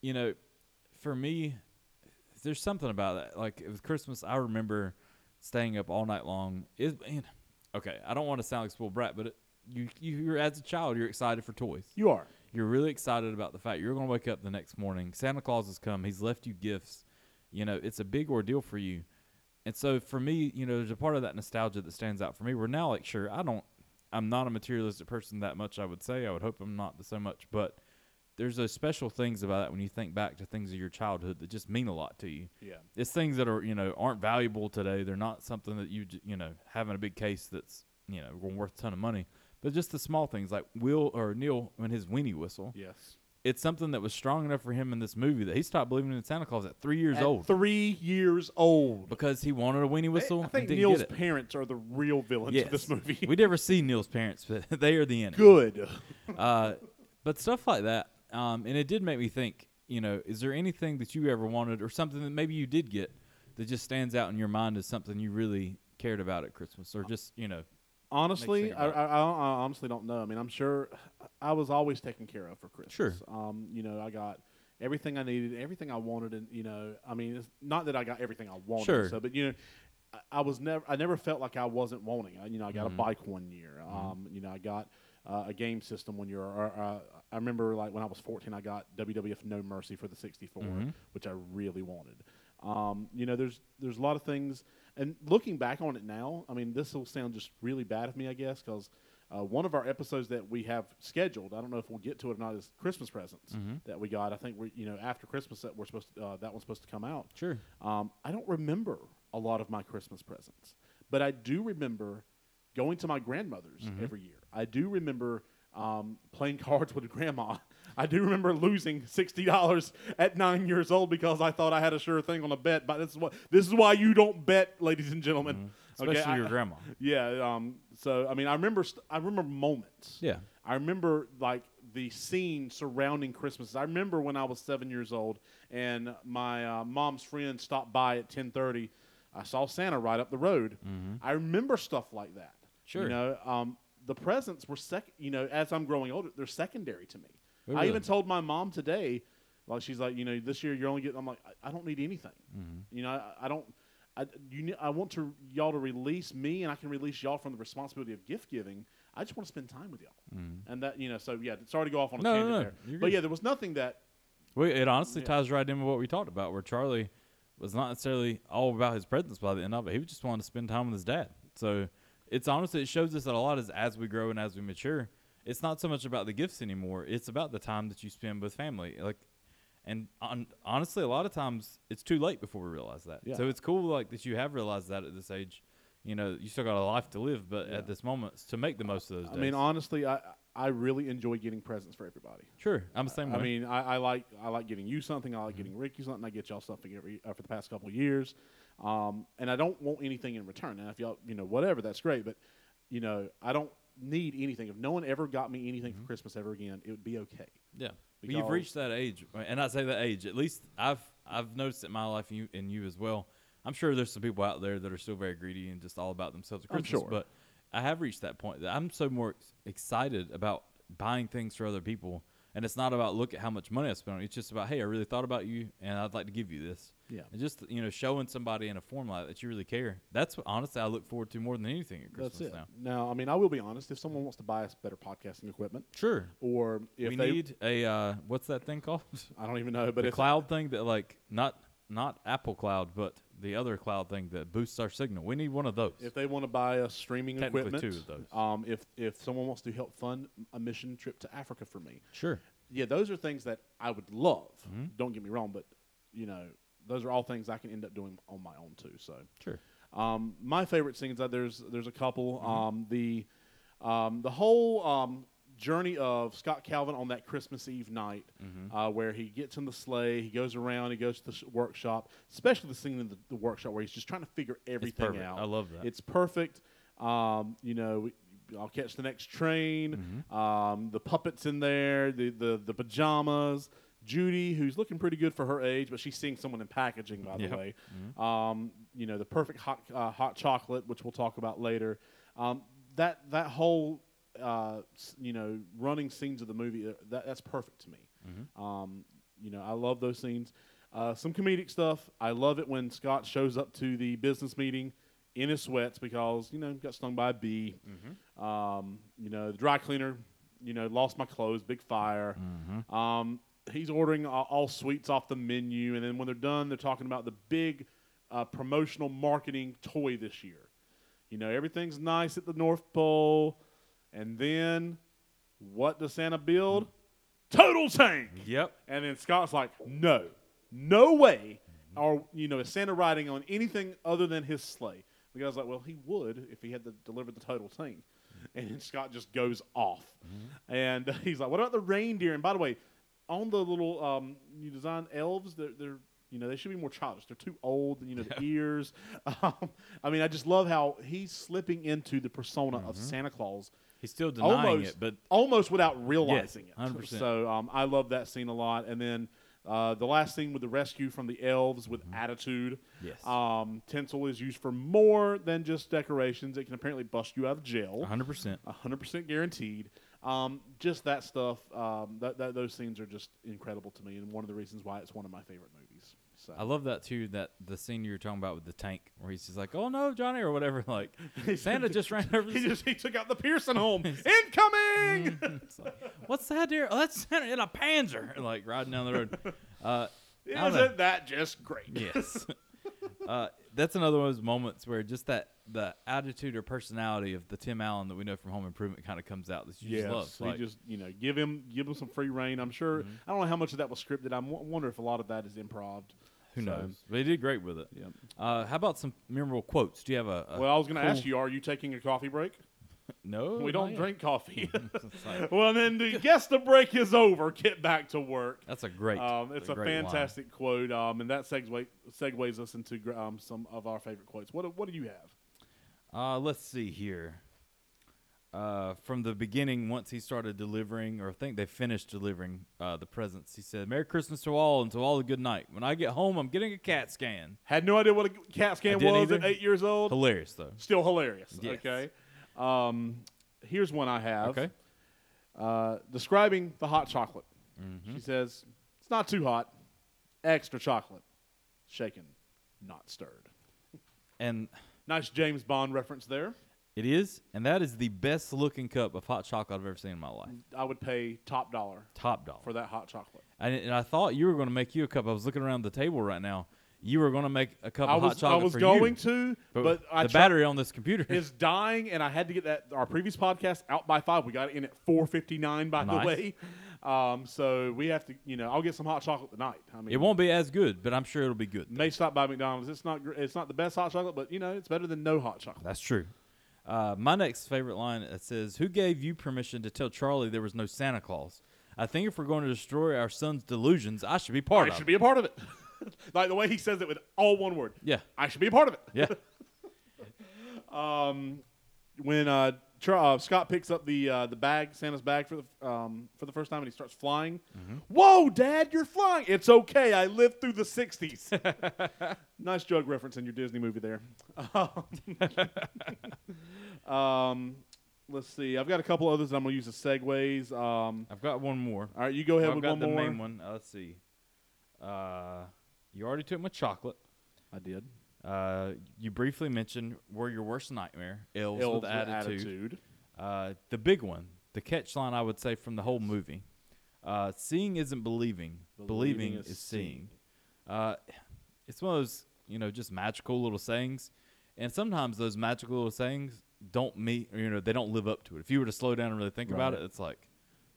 C: You know, for me, there's something about that. Like it was Christmas, I remember staying up all night long. Is okay. I don't want to sound like a spoiled brat, but it, you you are as a child, you're excited for toys
B: You are.
C: you're really excited about the fact you're going to wake up the next morning. Santa Claus has come. He's left you gifts. You know, it's a big ordeal for you. And so for me, you know, there's a part of that nostalgia that stands out for me. We're now like, sure, I don't, I'm not a materialistic person that much. I would say, I would hope I'm not so much, but there's those special things about that when you think back to things of your childhood that just mean a lot to you.
B: Yeah.
C: It's things that are you know aren't valuable today. They're not something that you j- you know having a big case that's you know worth a ton of money. But just the small things like Will or Neil and his weenie whistle.
B: Yes.
C: It's something that was strong enough for him in this movie that he stopped believing in Santa Claus at three years
B: At
C: old
B: Three years old.
C: because he wanted a weenie whistle
B: I think
C: and didn't
B: Neil's
C: get it.
B: parents are the real villains
C: Yes.
B: of this movie.
C: we never see Neil's parents, but they are the enemy.
B: Good.
C: Uh, but stuff like that. Um, and it did make me think, you know, is there anything that you ever wanted or something that maybe you did get that just stands out in your mind as something you really cared about at Christmas
B: Uh,
C: or just, you know,
B: Honestly,
C: think
B: I,
C: about
B: I, I I honestly don't know. I mean, I'm sure I was always taken care of for Christmas.
C: Sure.
B: Um, you know, I got everything I needed, everything I wanted, and you know, I mean, it's not that I got everything I wanted.
C: Sure.
B: So, but you know, I, I was never, I never felt like I wasn't wanting. I, you know, I
C: Mm-hmm.
B: got a bike one year. Um, you know, I got uh, a game system one year. Or, uh, I remember like when I was 14, I got WWF No Mercy for the 64,
C: Mm-hmm.
B: which I really wanted. Um, you know, there's there's a lot of things, and looking back on it now, I mean, this will sound just really bad of me, I guess, because uh, one of our episodes that we have scheduled, I don't know if we'll get to it or not, is Christmas presents that we got. I think we, are you know, after Christmas that we're supposed to, uh, that one's supposed to come out.
C: sure.
B: Um, I don't remember a lot of my Christmas presents, but I do remember going to my grandmother's
C: Mm-hmm.
B: every year. I do remember um, playing cards with grandma. I do remember losing sixty dollars at nine years old because I thought I had a sure thing on a bet. But this is what this is why you don't bet, ladies and gentlemen.
C: Mm-hmm. Especially
B: I-
C: your grandma.
B: yeah. Um, so I mean, I remember st- I remember moments.
C: Yeah.
B: I remember like the scene surrounding Christmas. I remember when I was seven years old, and my uh, mom's friend stopped by at ten thirty. I saw Santa right up the road. I remember stuff like that.
C: Mm-hmm. Sure.
B: You know, um, the presents were second. You know, as I'm growing older, they're secondary to me.
C: They
B: I
C: really
B: even told my mom today, like she's like, you know, this year you're only getting. I'm like, I, I don't need anything.
C: Mm-hmm.
B: You know, I, I don't. I you ne- I want to y'all to release me, and I can release y'all from the responsibility of gift giving. I just want to spend time with y'all, and that you know. So yeah, sorry to go off on a
C: Mm-hmm. No, no,
B: tangent
C: no.
B: there,
C: You're
B: but
C: good.
B: yeah, there was nothing that.
C: Well, it honestly ties right in with what we talked about, where Charlie was not necessarily all about his presence by the end of it. He was just wanting to spend time with his dad. So it's honestly, it shows us that a lot is as we grow and as we mature, it's not so much about the gifts anymore. It's about the time that you spend with family. Like, and on, honestly, a lot of times it's too late before we realize that.
B: Yeah.
C: So it's cool, like that you have realized that at this age. You know, you still got a life to live, but at this moment, it's to make the most of those days.
B: I mean, honestly, I I really enjoy getting presents for everybody.
C: sure, I'm the same.
B: I
C: way. Mm-hmm.
B: mean, I, I like I like getting you something. I like getting Ricky something. I get y'all something every uh, for the past couple of years, um, and I don't want anything in return. Now, if y'all, you know, whatever, that's great. But you know, I don't need anything. If no one ever got me anything
C: Mm-hmm.
B: for Christmas ever again, it would be okay.
C: Yeah. But you've
B: Because-
C: reached that age, and I say that age. At least I've I've noticed it in my life, and you and you as well. I'm sure there's some people out there that are still very greedy and just all about themselves at
B: I'm
C: Christmas.
B: sure.
C: But I have reached that point that I'm so more ex- excited about buying things for other people, and it's not about look at how much money I spent. on it. It's just about hey, I really thought about you, and I'd like to give you this.
B: Yeah.
C: And just you know, showing somebody in a form like that you really care. That's what honestly I look forward to more than anything at Christmas
B: That's it.
C: now.
B: Now. I mean, I will be honest. If someone wants to buy us better podcasting equipment,
C: Sure.
B: or if
C: we
B: they,
C: need a uh, what's that thing called?
B: I don't even know, but
C: the
B: if
C: cloud thing that like not not Apple Cloud, but the other cloud thing that boosts our signal. We need one of those.
B: if they want to buy us streaming
C: Technically
B: equipment,
C: two of those.
B: Um, if if someone wants to help fund a mission trip to Africa for me,
C: sure.
B: yeah, those are things that I would love.
C: Mm-hmm.
B: Don't get me wrong, but you know, those are all things I can end up doing on my own too. So,
C: Sure.
B: um, my favorite scenes that there's there's a couple.
C: Mm-hmm.
B: Um, the um, the whole um, journey of Scott Calvin on that Christmas Eve night,
C: Mm-hmm.
B: uh, where he gets in the sleigh, he goes around, he goes to the sh- workshop, especially the scene in the, the workshop where he's just trying to figure everything
C: perfect.
B: out.
C: I love that.
B: It's perfect. Um, you know, we, I'll catch the next train. Um, the puppets in there, the the, the pajamas. Judy, who's looking pretty good for her age, but she's seeing someone in packaging, by the
C: Yep.
B: way. Um, you know, the perfect hot uh, hot chocolate, which we'll talk about later. Um, that that whole uh, s- you know running scenes of the movie uh, that, that's perfect to me. Um, you know, I love those scenes. Uh, some comedic stuff. I love it when Scott shows up to the business meeting in his sweats because you know got stung by a bee. Um, you know, the dry cleaner. You know, lost my clothes. Big fire. Um, he's ordering all, all sweets off the menu, and then when they're done, they're talking about the big uh, promotional marketing toy this year. You know, everything's nice at the North Pole, and then what does Santa build? total tank.
C: Yep.
B: And then Scott's like, no, no way. Or you know, is Santa riding on anything other than his sleigh? The guy's like, well, he would if he had to deliver the total tank. And then Scott just goes off, and he's like, what about the reindeer? And by the way, on the little um, you design elves, they're, they're you know they should be more childish. They're too old. You know the ears. Um, I mean, I just love how he's slipping into the persona of Santa Claus
C: He's still denying
B: almost,
C: it, but
B: almost without realizing it.
C: 100%.
B: So um, I love that scene a lot. And then uh, the last scene with the rescue from the elves with attitude.
C: Mm-hmm. Yes.
B: Um, tinsel is used for more than just decorations. It can apparently bust you out of jail.
C: 100%.
B: A hundred percent guaranteed. Um, just that stuff. Um, that, that those scenes are just incredible to me, and one of the reasons why it's one of my favorite movies. So
C: I love that too. That the scene you were talking about with the tank, where he's just like, "Oh no, Johnny," or whatever. Like Santa just ran over.
B: he
C: the-
B: just he took out the Pearson home. Incoming.
C: It's like, What's that, dear? Oh, that's Santa in a Panzer, like riding down the road. Uh, I don't know.
B: Isn't that just great?
C: Yes. uh, that's another one of those moments where just that the attitude or personality of the Tim Allen that we know from Home Improvement kind of comes out. That you
B: Yes,
C: just love.
B: he
C: Like, Mm-hmm.
B: just you know give him give him some free reign. I'm sure. I don't know how much of that was scripted. I w- wonder if a lot of that is improv.
C: who
B: So,
C: knows? But he did great with it.
B: Yep.
C: Uh, how about some memorable quotes? Do you have a? a
B: Uh, Well, I was going to
C: cool-
B: ask you: Are you taking a coffee break?
C: No,
B: we
C: not
B: don't
C: yet.
B: drink coffee.
C: It's like-
B: well, then the, guess the break is over. Get back to work.
C: That's a great.
B: Um, it's a,
C: great line.
B: fantastic quote, um, and that segue- segues us into gr- um, some of our favorite quotes. What do- what do you have?
C: Uh, let's see here. Uh, from the beginning, once he started delivering, or I think they finished delivering uh, the presents, he said, "Merry Christmas to all, and to all a good night. When I get home, I'm getting a CAT scan.
B: Had no idea what a CAT scan
C: didn't
B: was at
C: either.
B: eight years old.
C: Hilarious, though.
B: Still hilarious.
C: Yes.
B: Okay. Um, here's one I have.
C: Okay.
B: Uh, describing the hot chocolate.
C: Mm-hmm.
B: She says, It's not too hot. Extra chocolate. Shaken, not stirred.
C: And
B: Nice James Bond reference there.
C: it is, and that is the best looking cup of hot chocolate I've ever seen in my life.
B: I would pay top dollar
C: Top dollar.
B: for that hot chocolate.
C: and, and I thought you were going to make you a cup. I was looking around the table right now. You were going to make a cup
B: I
C: of
B: was,
C: hot chocolate
B: I was
C: for
B: going
C: you,
B: to, but, I
C: the
B: tried-
C: battery on this computer
B: is dying, and I had to get that our previous podcast out by five. We got it in at four fifty nine, by the
C: Nice.
B: way. Um, so we have to, you know, I'll get some hot chocolate tonight. I mean,
C: It won't be as good, but I'm sure it'll be good.
B: May stop by McDonald's. It's not. gr- It's not the best hot chocolate, but you know, it's better than no hot chocolate.
C: That's true. Uh, my next favorite line it says, "Who gave you permission to tell Charlie there was no Santa Claus? I think if we're going to destroy our son's delusions, I should be part
B: I
C: of
B: should
C: it."
B: be a part of it. like the way he says it with all one word.
C: Yeah.
B: I should be a part of it.
C: yeah,
B: Um, when uh, Tra- uh, Scott picks up the uh, the bag, Santa's bag for the um, for the first time, and he starts flying.
C: Mm-hmm.
B: Whoa, Dad, you're flying! It's okay. I lived through the '60s. nice drug reference in your Disney movie there. Um, um, let's see. I've got a couple others that I'm gonna use as segues. Um,
C: I've got one more.
B: all right, you go ahead
C: I've
B: with
C: got
B: one
C: the
B: more.
C: main one. Uh, let's see. Uh, you already took my chocolate.
B: I did.
C: Uh, you briefly mentioned were your worst nightmare. Elves,
B: Elves
C: with attitude.
B: attitude.
C: Uh, the big one, the catch line I would say from the whole movie. Uh, seeing isn't believing. Believing, is, seeing. Uh, it's one of those, you know, just magical little sayings. And sometimes those magical little sayings don't meet, or, you know, they don't live up to it. If you were to slow down and really think about
B: Right.
C: it, it's like,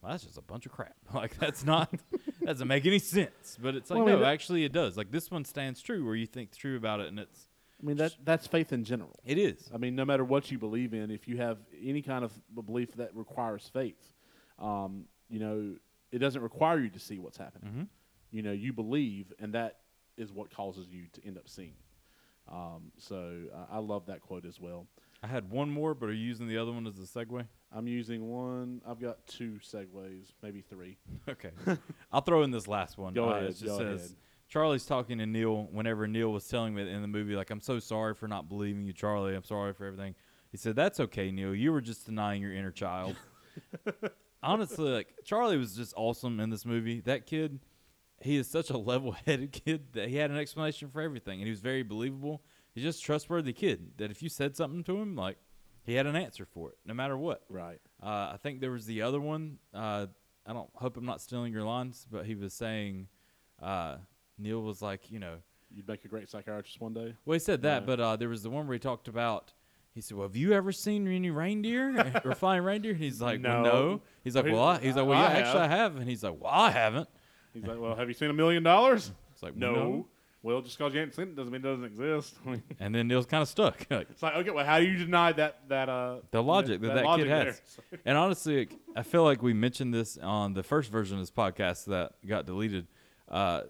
C: well, that's just a bunch of crap. Like, that's not, that doesn't make any sense. But it's like,
B: Well, I mean,
C: no,
B: that-
C: actually it does. Like, this one stands true where you think true about it, and it's,
B: I mean that that's faith in general.
C: it is.
B: I mean, no matter what you believe in, if you have any kind of b- belief that requires faith, um, you know, it doesn't require you to see what's happening.
C: Mm-hmm.
B: You know, you believe, and that is what causes you to end up seeing. Um, so uh, I love that quote as well.
C: I had one more, but are you using the other one as a segue?
B: I'm using one. I've got two segues, maybe three.
C: Okay. I'll throw in this last one.
B: Go
C: Uh,
B: ahead,
C: It just
B: go
C: says
B: ahead.
C: Charlie's talking to Neil whenever Neil was telling me in the movie, like, I'm so sorry for not believing you, Charlie. I'm sorry for everything. He said, That's okay, Neil. You were just denying your inner child. Honestly, like, Charlie was just awesome in this movie. That kid, he is such a level headed kid that he had an explanation for everything and he was very believable. He's just a trustworthy kid that if you said something to him, like, he had an answer for it, no matter what.
B: Right.
C: Uh, I think there was the other one. Uh, I don't hope I'm not stealing your lines, but he was saying uh, Neil was like, you know,
B: You'd make a great psychiatrist one day.
C: well, he said that, but uh, there was the one where he talked about, He said, "Well, have you ever seen any reindeer or flying reindeer?" And he's like,
B: No.
C: "Well, no." He's like,
B: He-
C: "Well, I, he's like, well,
B: I
C: yeah, actually, I
B: have."
C: have." And he's like, "Well, I haven't."
B: He's like, well, have you seen a million dollars?
C: It's like,
B: No.
C: "Well, no."
B: Well, just because you haven't seen it doesn't mean it doesn't exist. I mean,
C: And then Neil's kind of stuck. like,
B: it's like, okay, well, how do you deny that that uh
C: the logic that that,
B: logic
C: kid has.
B: there?
C: and honestly, I feel like we mentioned this on the first version of this podcast that got deleted. Uh,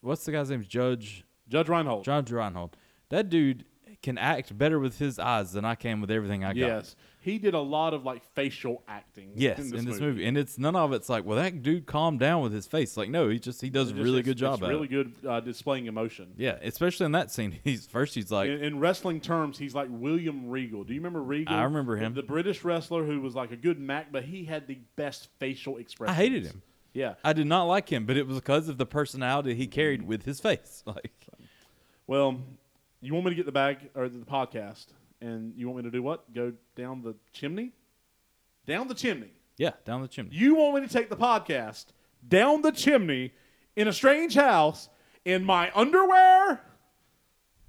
C: what's the guy's name? Judge
B: Judge Reinhold.
C: John Reinhold. That dude can act better with his eyes than I can with everything I got.
B: yes, he did a lot of like facial acting.
C: Yes,
B: in this,
C: movie. and it's none of it's like, well, that dude calmed down with his face. Like, no, he just he does a
B: It's just-
C: really
B: it's-
C: good job.
B: It's
C: at it.
B: really good uh, displaying emotion.
C: Yeah, especially in that scene. He's first he's like,
B: in, in wrestling terms, he's like William Regal. Do you remember Regal?
C: I remember him.
B: the British wrestler who was like a good Mac, but he had the best facial expression.
C: I hated him.
B: Yeah.
C: I did not like him, but it was because of the personality he carried with his face. Like,
B: Well, you want me to get the bag or the podcast, and you want me to do what? Go down the chimney. Down the chimney.
C: yeah, down the chimney.
B: You want me to take the podcast down the chimney in a strange house in my underwear?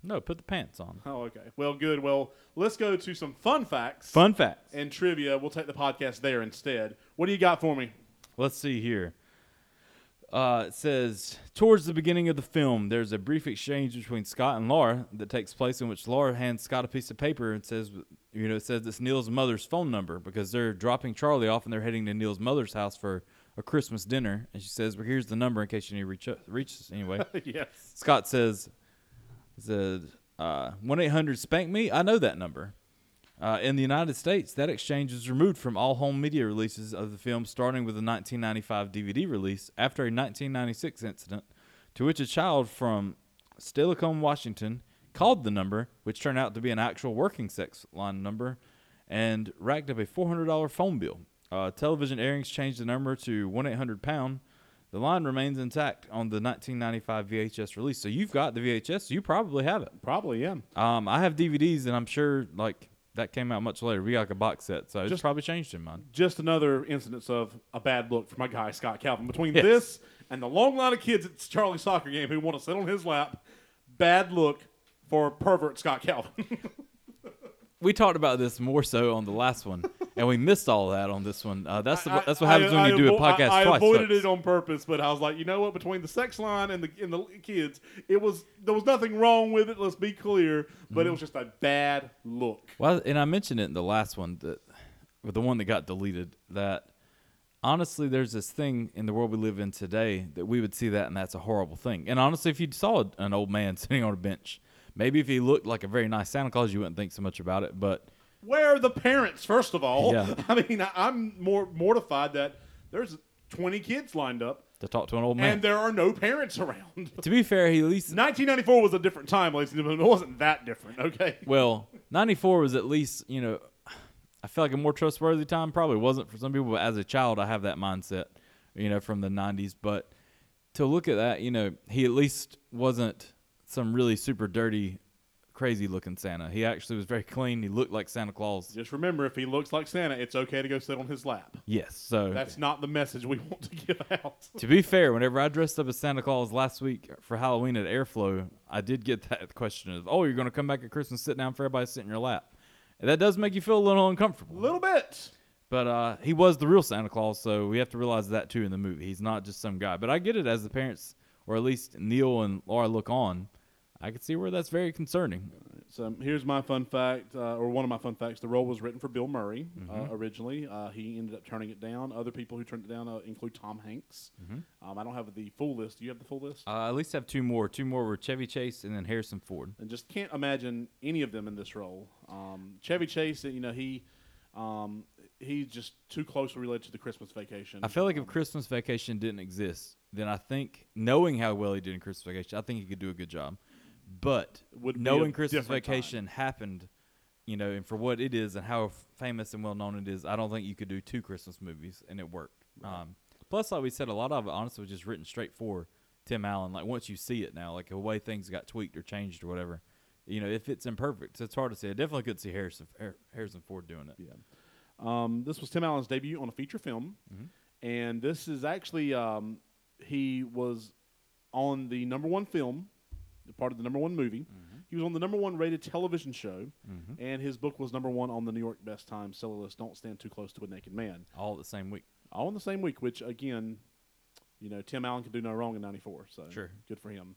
C: No, put the pants on.
B: Oh, okay. Well, good. Well, let's go to some fun facts.
C: Fun fact.
B: and trivia. We'll take the podcast there instead. What do you got for me?
C: Let's see here. Uh, it says towards the beginning of the film, there's a brief exchange between Scott and Laura that takes place in which Laura hands Scott a piece of paper and says, "You know, it says it's Neil's mother's phone number because they're dropping Charlie off and they're heading to Neil's mother's house for a Christmas dinner." And she says, "Well, here's the number in case you need to reach reach us anyway."
B: yes.
C: Scott says, "says uh, one eight hundred spank me. I know that number." Uh, in the United States, that exchange is removed from all home media releases of the film, starting with the 1995 DVD release after a 1996 incident, to which a child from Steilacoom, Washington, called the number, which turned out to be an actual working sex line number, and racked up a $400 phone bill. Uh, television airings changed the number to 1 800 pound. The line remains intact on the 1995 VHS release. So you've got the VHS. You probably have it.
B: Probably, yeah.
C: Um, I have DVDs, and I'm sure like that came out much later. We got like a box set, so it's
B: Just-
C: probably changed in mine.
B: Just another instance of a bad look for my guy, Scott Calvin. Between
C: Yes.
B: this and the long line of kids at Charlie's soccer game who want to sit on his lap, bad look for pervert Scott Calvin.
C: We talked about this more so on the last one, and we missed all that on this one. Uh, that's the, that's what happens when
B: I-
C: you do a
B: avo- I-
C: podcast
B: I,
C: twice.
B: avoided
C: folks.
B: it on purpose, but I was like, you know what? Between the sex line and the and the kids, it was there was nothing wrong with it. Let's be clear, but it
C: Mm-hmm.
B: was just a bad look.
C: Well, and I mentioned it in the last one that, with the one that got deleted. That honestly, there's this thing in the world we live in today that we would see that, and that's a horrible thing. And honestly, if you saw an old man sitting on a bench, maybe if he looked like a very nice Santa Claus, you wouldn't think so much about it. But
B: Where are the parents, first of all?
C: Yeah.
B: I mean, I- I'm more mortified that there's 20 kids lined up
C: to talk to an old man,
B: and there are no parents around.
C: to be fair, he at least
B: 1994 was a different time, ladies and gentlemen. It wasn't that different, okay?
C: well, 94 was at least, you know, I feel like a more trustworthy time. Probably wasn't for some people, but as a child, I have that mindset, you know, from the 90s. But to look at that, you know, he at least wasn't some really super dirty, crazy looking Santa. He actually was very clean. He looked like Santa Claus.
B: Just remember, if he looks like Santa, it's okay to go sit on his lap.
C: Yes. So
B: That's not the message we want to give out.
C: to be fair, whenever I dressed up as Santa Claus last week for Halloween at Airflow, I did get that question of, oh, you're going to come back at Christmas, sit down for everybody to sit in your lap. And that does make you feel a little uncomfortable.
B: A little bit.
C: But uh, he was the real Santa Claus, so we have to realize that too in the movie. He's not just some guy. But I get it as the parents, or at least Neil and Laura look on. I can see where that's very concerning.
B: So um, here's my fun fact, uh, or one of my fun facts. The role was written for Bill Murray uh, originally. Uh, he ended up turning it down. Other people who turned it down uh, include Tom Hanks. Um, I don't have the full list. Do you have the full list?
C: Uh, I at least have two more. Two more were Chevy Chase and then Harrison Ford.
B: and just can't imagine any of them in this role. Um, Chevy Chase, you know, he um, he's just too closely related to the Christmas Vacation.
C: I feel like if Christmas Vacation didn't exist, then I think knowing how well he did in Christmas Vacation, I think he could do a good job. But
B: Would be a
C: knowing Christmas
B: different time.
C: Vacation happened, you know, and for what it is and how f- famous and well known it is, I don't think you could do two Christmas movies, and it worked. Um, plus, like we said, a lot of it honestly was just written straight for Tim Allen. Like once you see it now, like the way things got tweaked or changed or whatever, you know, if it's imperfect, it's hard to say. I definitely could see Harrison Har- Harrison Ford doing it.
B: Um, this was Tim Allen's debut on a feature film,
C: Mm-hmm.
B: and this is actually um,
C: Mm-hmm.
B: he was on the number one film, part of the number one movie. He was on the number one rated television show,
C: Mhm.
B: and his book was number one on the New York Best Times seller list. Don't stand too close to a naked man.
C: all the same week.
B: All in the same week, which again, you know, Tim Allen could do no wrong in '94. So
C: Sure.
B: good for him.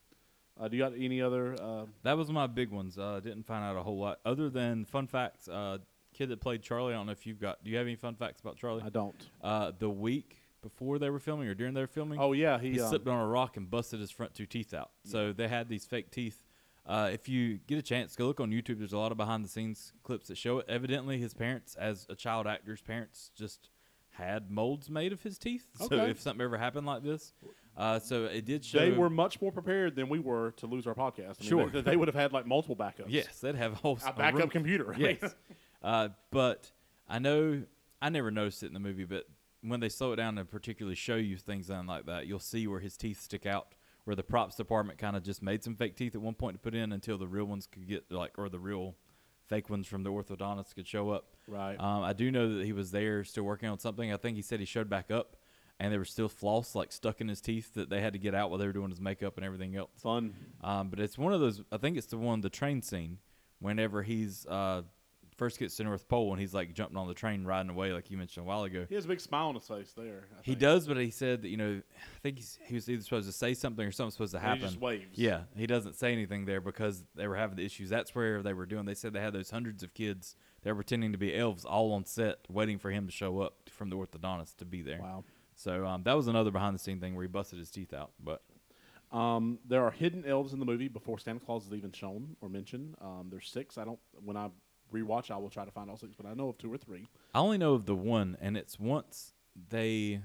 B: Uh, do you got any other? Uh,
C: That was my big ones. Uh, didn't find out a whole lot other than fun facts. Uh, kid that played Charlie. I don't know if you've got. Do you have any fun facts about Charlie?
B: I don't.
C: Uh, the week before they were filming or during their filming,
B: Oh yeah,
C: he,
B: he. um,
C: slipped on a rock and busted his front two teeth out. So they had these fake teeth. Uh, if you get a chance, go look on YouTube. There's a lot of behind the scenes clips that show it. Evidently, his parents, as a child actor's parents, just had molds made of his teeth. So
B: Okay.
C: if something ever happened like this, uh, so it did show.
B: they were much more prepared than we were to lose our podcast. I mean,
C: Sure.
B: they, they would have had like multiple backups.
C: yes, they'd have a whole
B: a
C: a
B: backup
C: room-
B: computer.
C: yes. Uh, but I know I never noticed it in the movie, but when they slow it down and particularly show you things on like that, you'll see where his teeth stick out. Where the props department kind of just made some fake teeth at one point to put in until the real ones could get like, or the real fake ones from the orthodontist could show up.
B: Right.
C: Um, I do know that he was there still working on something. I think he said he showed back up, and there was still floss like stuck in his teeth that they had to get out while they were doing his makeup and everything else.
B: Fun.
C: Um, but it's one of those. I think it's the one the train scene. Whenever he's uh, first gets to North Pole and he's like jumping on the train riding away, like you mentioned a while ago.
B: He has a big smile on his face there. I
C: He
B: think.
C: does, but he said that you know, I think he's, he was either supposed to say something or something's supposed to
B: And
C: happen.
B: he just waves.
C: Yeah, he doesn't say anything there because they were having the issues. That's where they were doing. They said they had those hundreds of kids that were pretending to be elves all on set, waiting for him to show up from the orthodontist to be there.
B: Wow.
C: So um, that was another behind the scene thing where he busted his teeth out. But
B: Um, there are hidden elves in the movie before Santa Claus is even shown or mentioned. Um, there's six. I don't. When I rewatch, I will try to find all six, but I know of two or three.
C: I only know of the one, and it's once they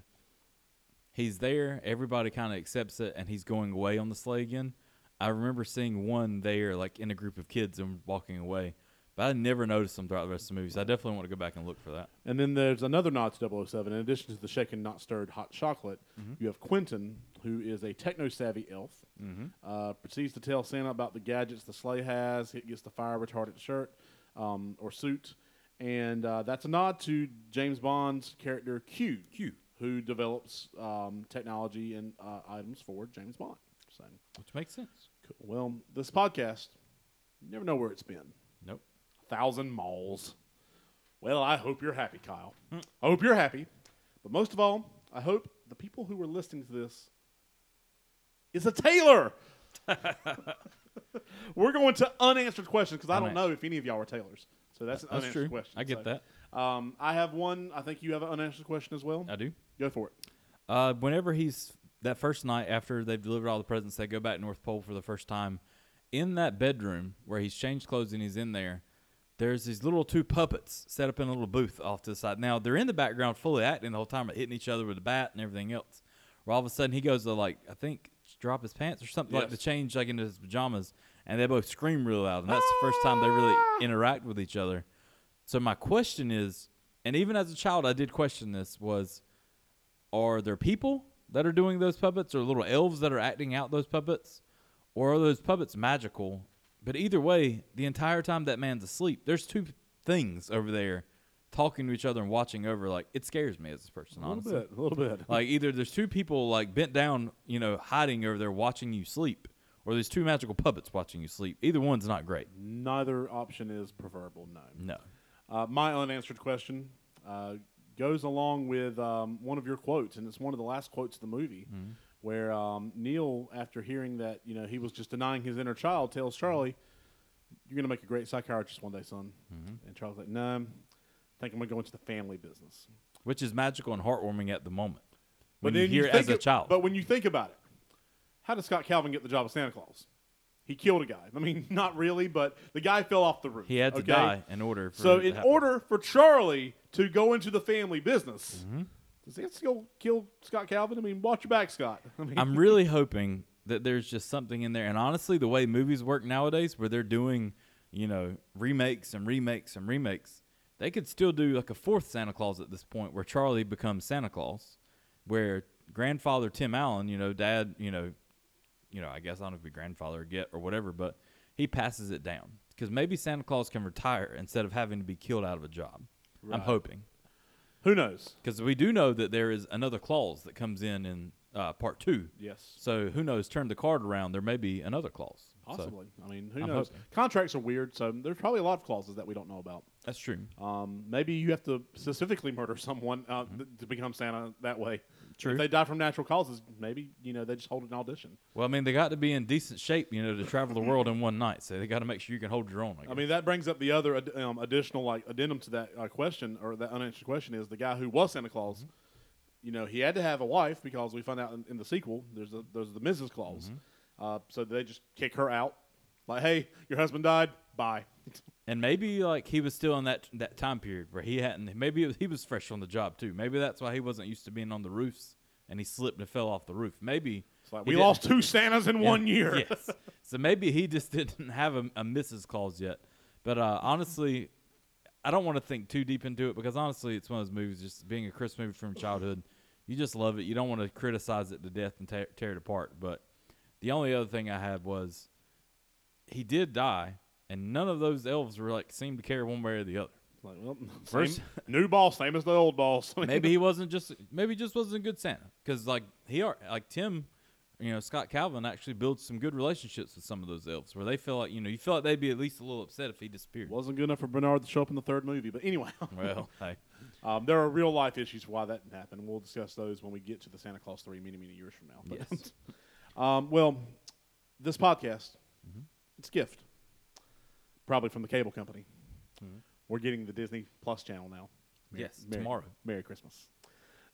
C: he's there, everybody kind of accepts it, and he's going away on the sleigh again. I remember seeing one there, like in a group of kids and walking away, but I never noticed them throughout the rest of the movie. So I definitely want to go back and look for that.
B: And then there's another nod to 007. In addition to the shaken, not stirred hot chocolate, you have Quentin, who is a techno savvy elf, uh, proceeds to tell Santa about the gadgets the sleigh has. He gets the fire retardant shirt um, or suit. And uh, that's a nod to James Bond's character Q,
C: Q.
B: who develops um, technology and uh, items for James Bond. So,
C: Which makes sense.
B: cool. well, this podcast, you never know where it's been
C: Nope.
B: thousand malls. Well, I hope you're happy, Kyle. I hope you're happy. But most of all, I hope the people who are listening to this is a tailor. We're going to unanswered questions because I don't know if any of y'all are tailors. So that's an
C: That's
B: unanswered
C: true.
B: question.
C: I get
B: So,
C: that.
B: Um, I have one. I think you have an unanswered question as well.
C: I do.
B: Go for it.
C: Uh, whenever he's that first night after they've delivered all the presents, they go back to North Pole for the first time. In that bedroom where he's changed clothes and he's in there, there's these little two puppets set up in a little booth off to the side. Now they're in the background, fully acting the whole time, hitting each other with a bat and everything else. Where all of a sudden he goes to like I think drop his pants or something like
B: Yes.
C: to change like into his pajamas, and they both scream real loud, and that's the first time they really interact with each other. So my question is, and even as a child I did question this was are there people that are doing those puppets or little elves that are acting out those puppets or are those puppets magical but either way the entire time that man's asleep there's two things over there talking to each other and watching over like it scares me as a person honestly
B: a little bit.
C: like either there's two people like bent down you know hiding over there watching you sleep or there's two magical puppets watching you sleep either one's not great
B: Neither option is preferable. No.
C: no
B: Uh, my unanswered question uh, goes along with um, one of your quotes, and it's one of the last quotes of the movie,
C: Mm-hmm.
B: where um, Neil, after hearing that you know he was just denying his inner child, tells Charlie, "You're going to make a great psychiatrist one day, son."
C: Mm-hmm.
B: And Charlie's like, "No, I think I'm going to go into the family business."
C: which is magical and heartwarming at the moment when
B: then
C: you hear it
B: think
C: as a
B: it-
C: child
B: But when you think about it, how did Scott Calvin get the job of Santa Claus? He killed a guy. I mean, not really, but the guy fell off the roof.
C: he had to
B: okay?
C: die in order for
B: So,
C: it to
B: in
C: happen.
B: order for Charlie to go into the family business,
C: Mm-hmm.
B: does that still kill Scott Calvin? I mean, watch your back, Scott. I mean,
C: I'm really hoping that there's just something in there. And honestly, the way movies work nowadays, where they're doing, you know, remakes and remakes and remakes, they could still do like a fourth Santa Claus at this point, where Charlie becomes Santa Claus, where grandfather Tim Allen, you know, dad, you know, you know, I guess I don't know if be grandfather or get or whatever, but he passes it down because maybe Santa Claus can retire instead of having to be killed out of a job. I'm hoping
B: who knows?
C: because we do know that there is another clause that comes in in uh, part two.
B: Yes,
C: So who knows? Turn the card around. There may be another clause.
B: Possibly. I mean, who
C: I'm
B: knows? Contracts are weird, so there's probably a lot of clauses that we don't know about.
C: That's true.
B: Um, maybe you have to specifically murder someone uh, th- to become Santa that way.
C: Mm-hmm. True.
B: If they die from natural causes, maybe you know they just hold an audition.
C: Well, I mean, they got to be in decent shape, you know, to travel the world in one night. So they got to make sure you can hold your own. I,
B: I
C: guess.
B: mean, that brings up the other ad- um, additional like addendum to that uh, question or that unanswered question is the guy who was Santa Claus.
C: Mm-hmm.
B: You know, he had to have a wife because we find out in, in the sequel there's a, there's the Mrs. Claus.
C: Mm-hmm.
B: Uh, so they just kick her out, like, hey, your husband died, bye.
C: and maybe like he was still in that that time period where he hadn't. Maybe it was, he was fresh on the job too. Maybe that's why he wasn't used to being on the roofs and he slipped and fell off the roof. Maybe
B: It's like
C: he
B: we
C: didn't-
B: lost two Santas in one year.
C: yes. So maybe he just didn't have a, a Mrs. Claus yet. But uh, honestly, I don't want to think too deep into it because honestly, it's one of those movies. Just being a Christmas movie from childhood, you just love it. You don't want to criticize it to death and tear, tear it apart. But the only other thing I had was he did die, and none of those elves were like seemed to care one way or the other.
B: Like, well,
C: First-
B: same- new boss, same as the old boss. I mean,
C: maybe he wasn't just maybe he just wasn't a good Santa because like he are like Tim, you know Scott Calvin actually builds some good relationships with some of those elves where they feel like you know you feel like they'd be at least a little upset if he disappeared.
B: wasn't good enough for Bernard to show up in the third movie. But anyway,
C: Well, hey,
B: um, there are real life issues why that didn't happen. We'll discuss those when we get to the Santa Claus three many many years from now. But,
C: Yes.
B: um, well, this podcast,
C: Mm-hmm.
B: it's gift, probably from the cable company. We're getting the Disney Plus channel now.
C: Mm-hmm. Yes, tomorrow.
B: Merry Christmas.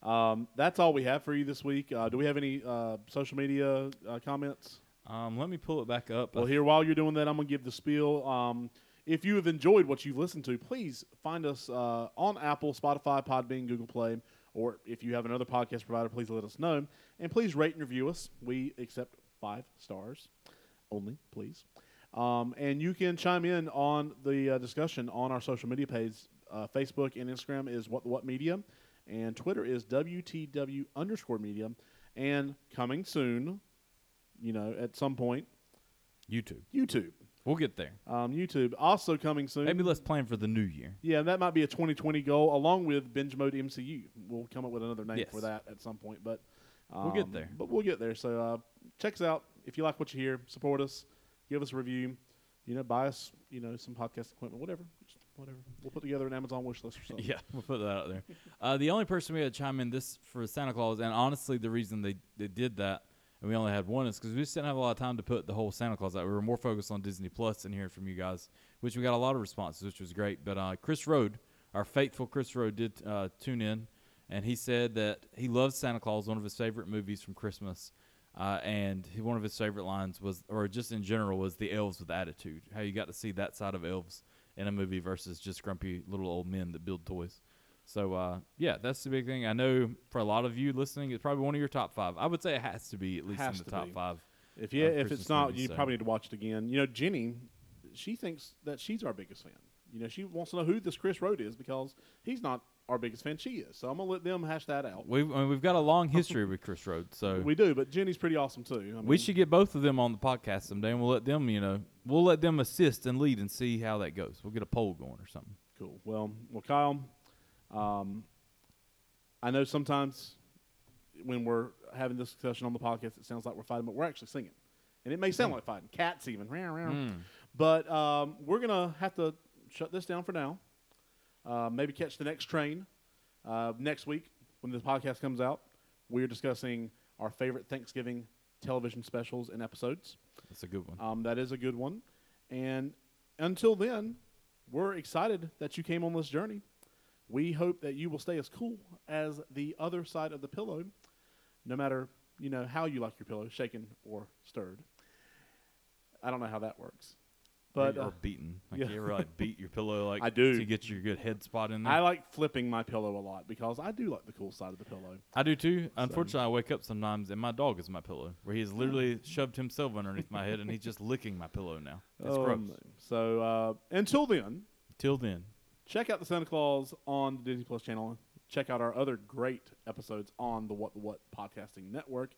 B: Um, that's all we have for you this week. Uh, do we have any uh, social media uh, comments?
C: um, let me pull it back up. Uh,
B: Well, here while you're doing that, I'm gonna give the spiel. Um, if you have enjoyed what you've listened to, please find us uh, on Apple, Spotify, Podbean, Google Play, or if you have another podcast provider, please let us know. And please rate and review us. We accept five stars only, please. Um, and you can chime in on the uh, discussion on our social media page. Uh, Facebook and Instagram is what what media, and Twitter is WTW underscore media. And coming soon, you know, at some point,
C: YouTube,
B: YouTube.
C: we'll get there.
B: Um, YouTube also coming soon.
C: Maybe let's plan for the new year.
B: yeah, that might be a 2020 goal, along with binge mode MCU. We'll come up with another name
C: Yes.
B: for that at some point, but
C: We'll get
B: um,
C: there.
B: But we'll get there. So uh, check us out if you like what you hear. Support us. Give us a review. You know, buy us. You know, some podcast equipment, whatever, just whatever. We'll put together an Amazon wish list or something.
C: Yeah, we'll put that out there. Uh, the only person we had chime in this for Santa Claus, and honestly, the reason they, they did that and we only had one is because we just didn't have a lot of time to put the whole Santa Claus out. We were more focused on Disney Plus and hearing from you guys, which we got a lot of responses, which was great. But uh, Chris Road, our faithful Chris Road, did uh, tune in, and he said that he loves Santa Claus, one of his favorite movies from Christmas. Uh, and he, one of his favorite lines was, or just in general, was the elves with attitude. How you got to see that side of elves in a movie versus just grumpy little old men that build toys. So uh, yeah, that's the big thing. I know for a lot of you listening, it's probably one of your top five. I would say it has to be at least
B: Has
C: in the
B: to
C: top
B: be.
C: five.
B: If you,
C: Of
B: if
C: Christmas
B: it's not,
C: movies,
B: you
C: so-
B: probably need to watch it again. You know, Jenny, she thinks that she's our biggest fan. You know, she wants to know who this Chris Road is because he's not our biggest fan. She is. So I'm gonna let them hash that out.
C: We've I mean, we've got a long history with Chris Rhodes, so we,
B: We do, but Jenny's pretty awesome too. I mean,
C: should get both of them on the podcast someday, and we'll let them, you know, we'll let them assist and lead and see how that goes. We'll get a poll going or something.
B: cool. Well, well, Kyle, um, I know sometimes when we're having this discussion on the podcast, it sounds like we're fighting, but we're actually singing, and it may sound like fighting. Cats even. Meow, meow. But um, we're gonna have to shut this down for now. Uh, maybe catch the next train uh, next week when this podcast comes out. We're discussing our favorite Thanksgiving television specials and episodes.
C: That's a good one.
B: Um, that is a good one. And until then, we're excited that you came on this journey. We hope that you will stay as cool as the other side of the pillow, no matter you know how you like your pillow, shaken or stirred. I don't know how that works, but
C: or,
B: uh,
C: beaten. Like
B: yeah.
C: you ever like beat your pillow like
B: I do.
C: to get your good head spot in there.
B: I like flipping my pillow a lot because I do like the cool side of the pillow.
C: I do too. Unfortunately, I wake up sometimes and my dog is my pillow, where he's literally shoved himself underneath my head and he's just licking my pillow now. It's gross.
B: Um, So uh, until then,
C: Till then,
B: check out the Santa Claus on the Disney Plus channel. Check out our other great episodes on the What the What podcasting network.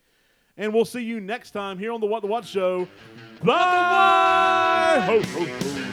B: And we'll see you next time here on the What the What show. Bye. Ho, ho, ho.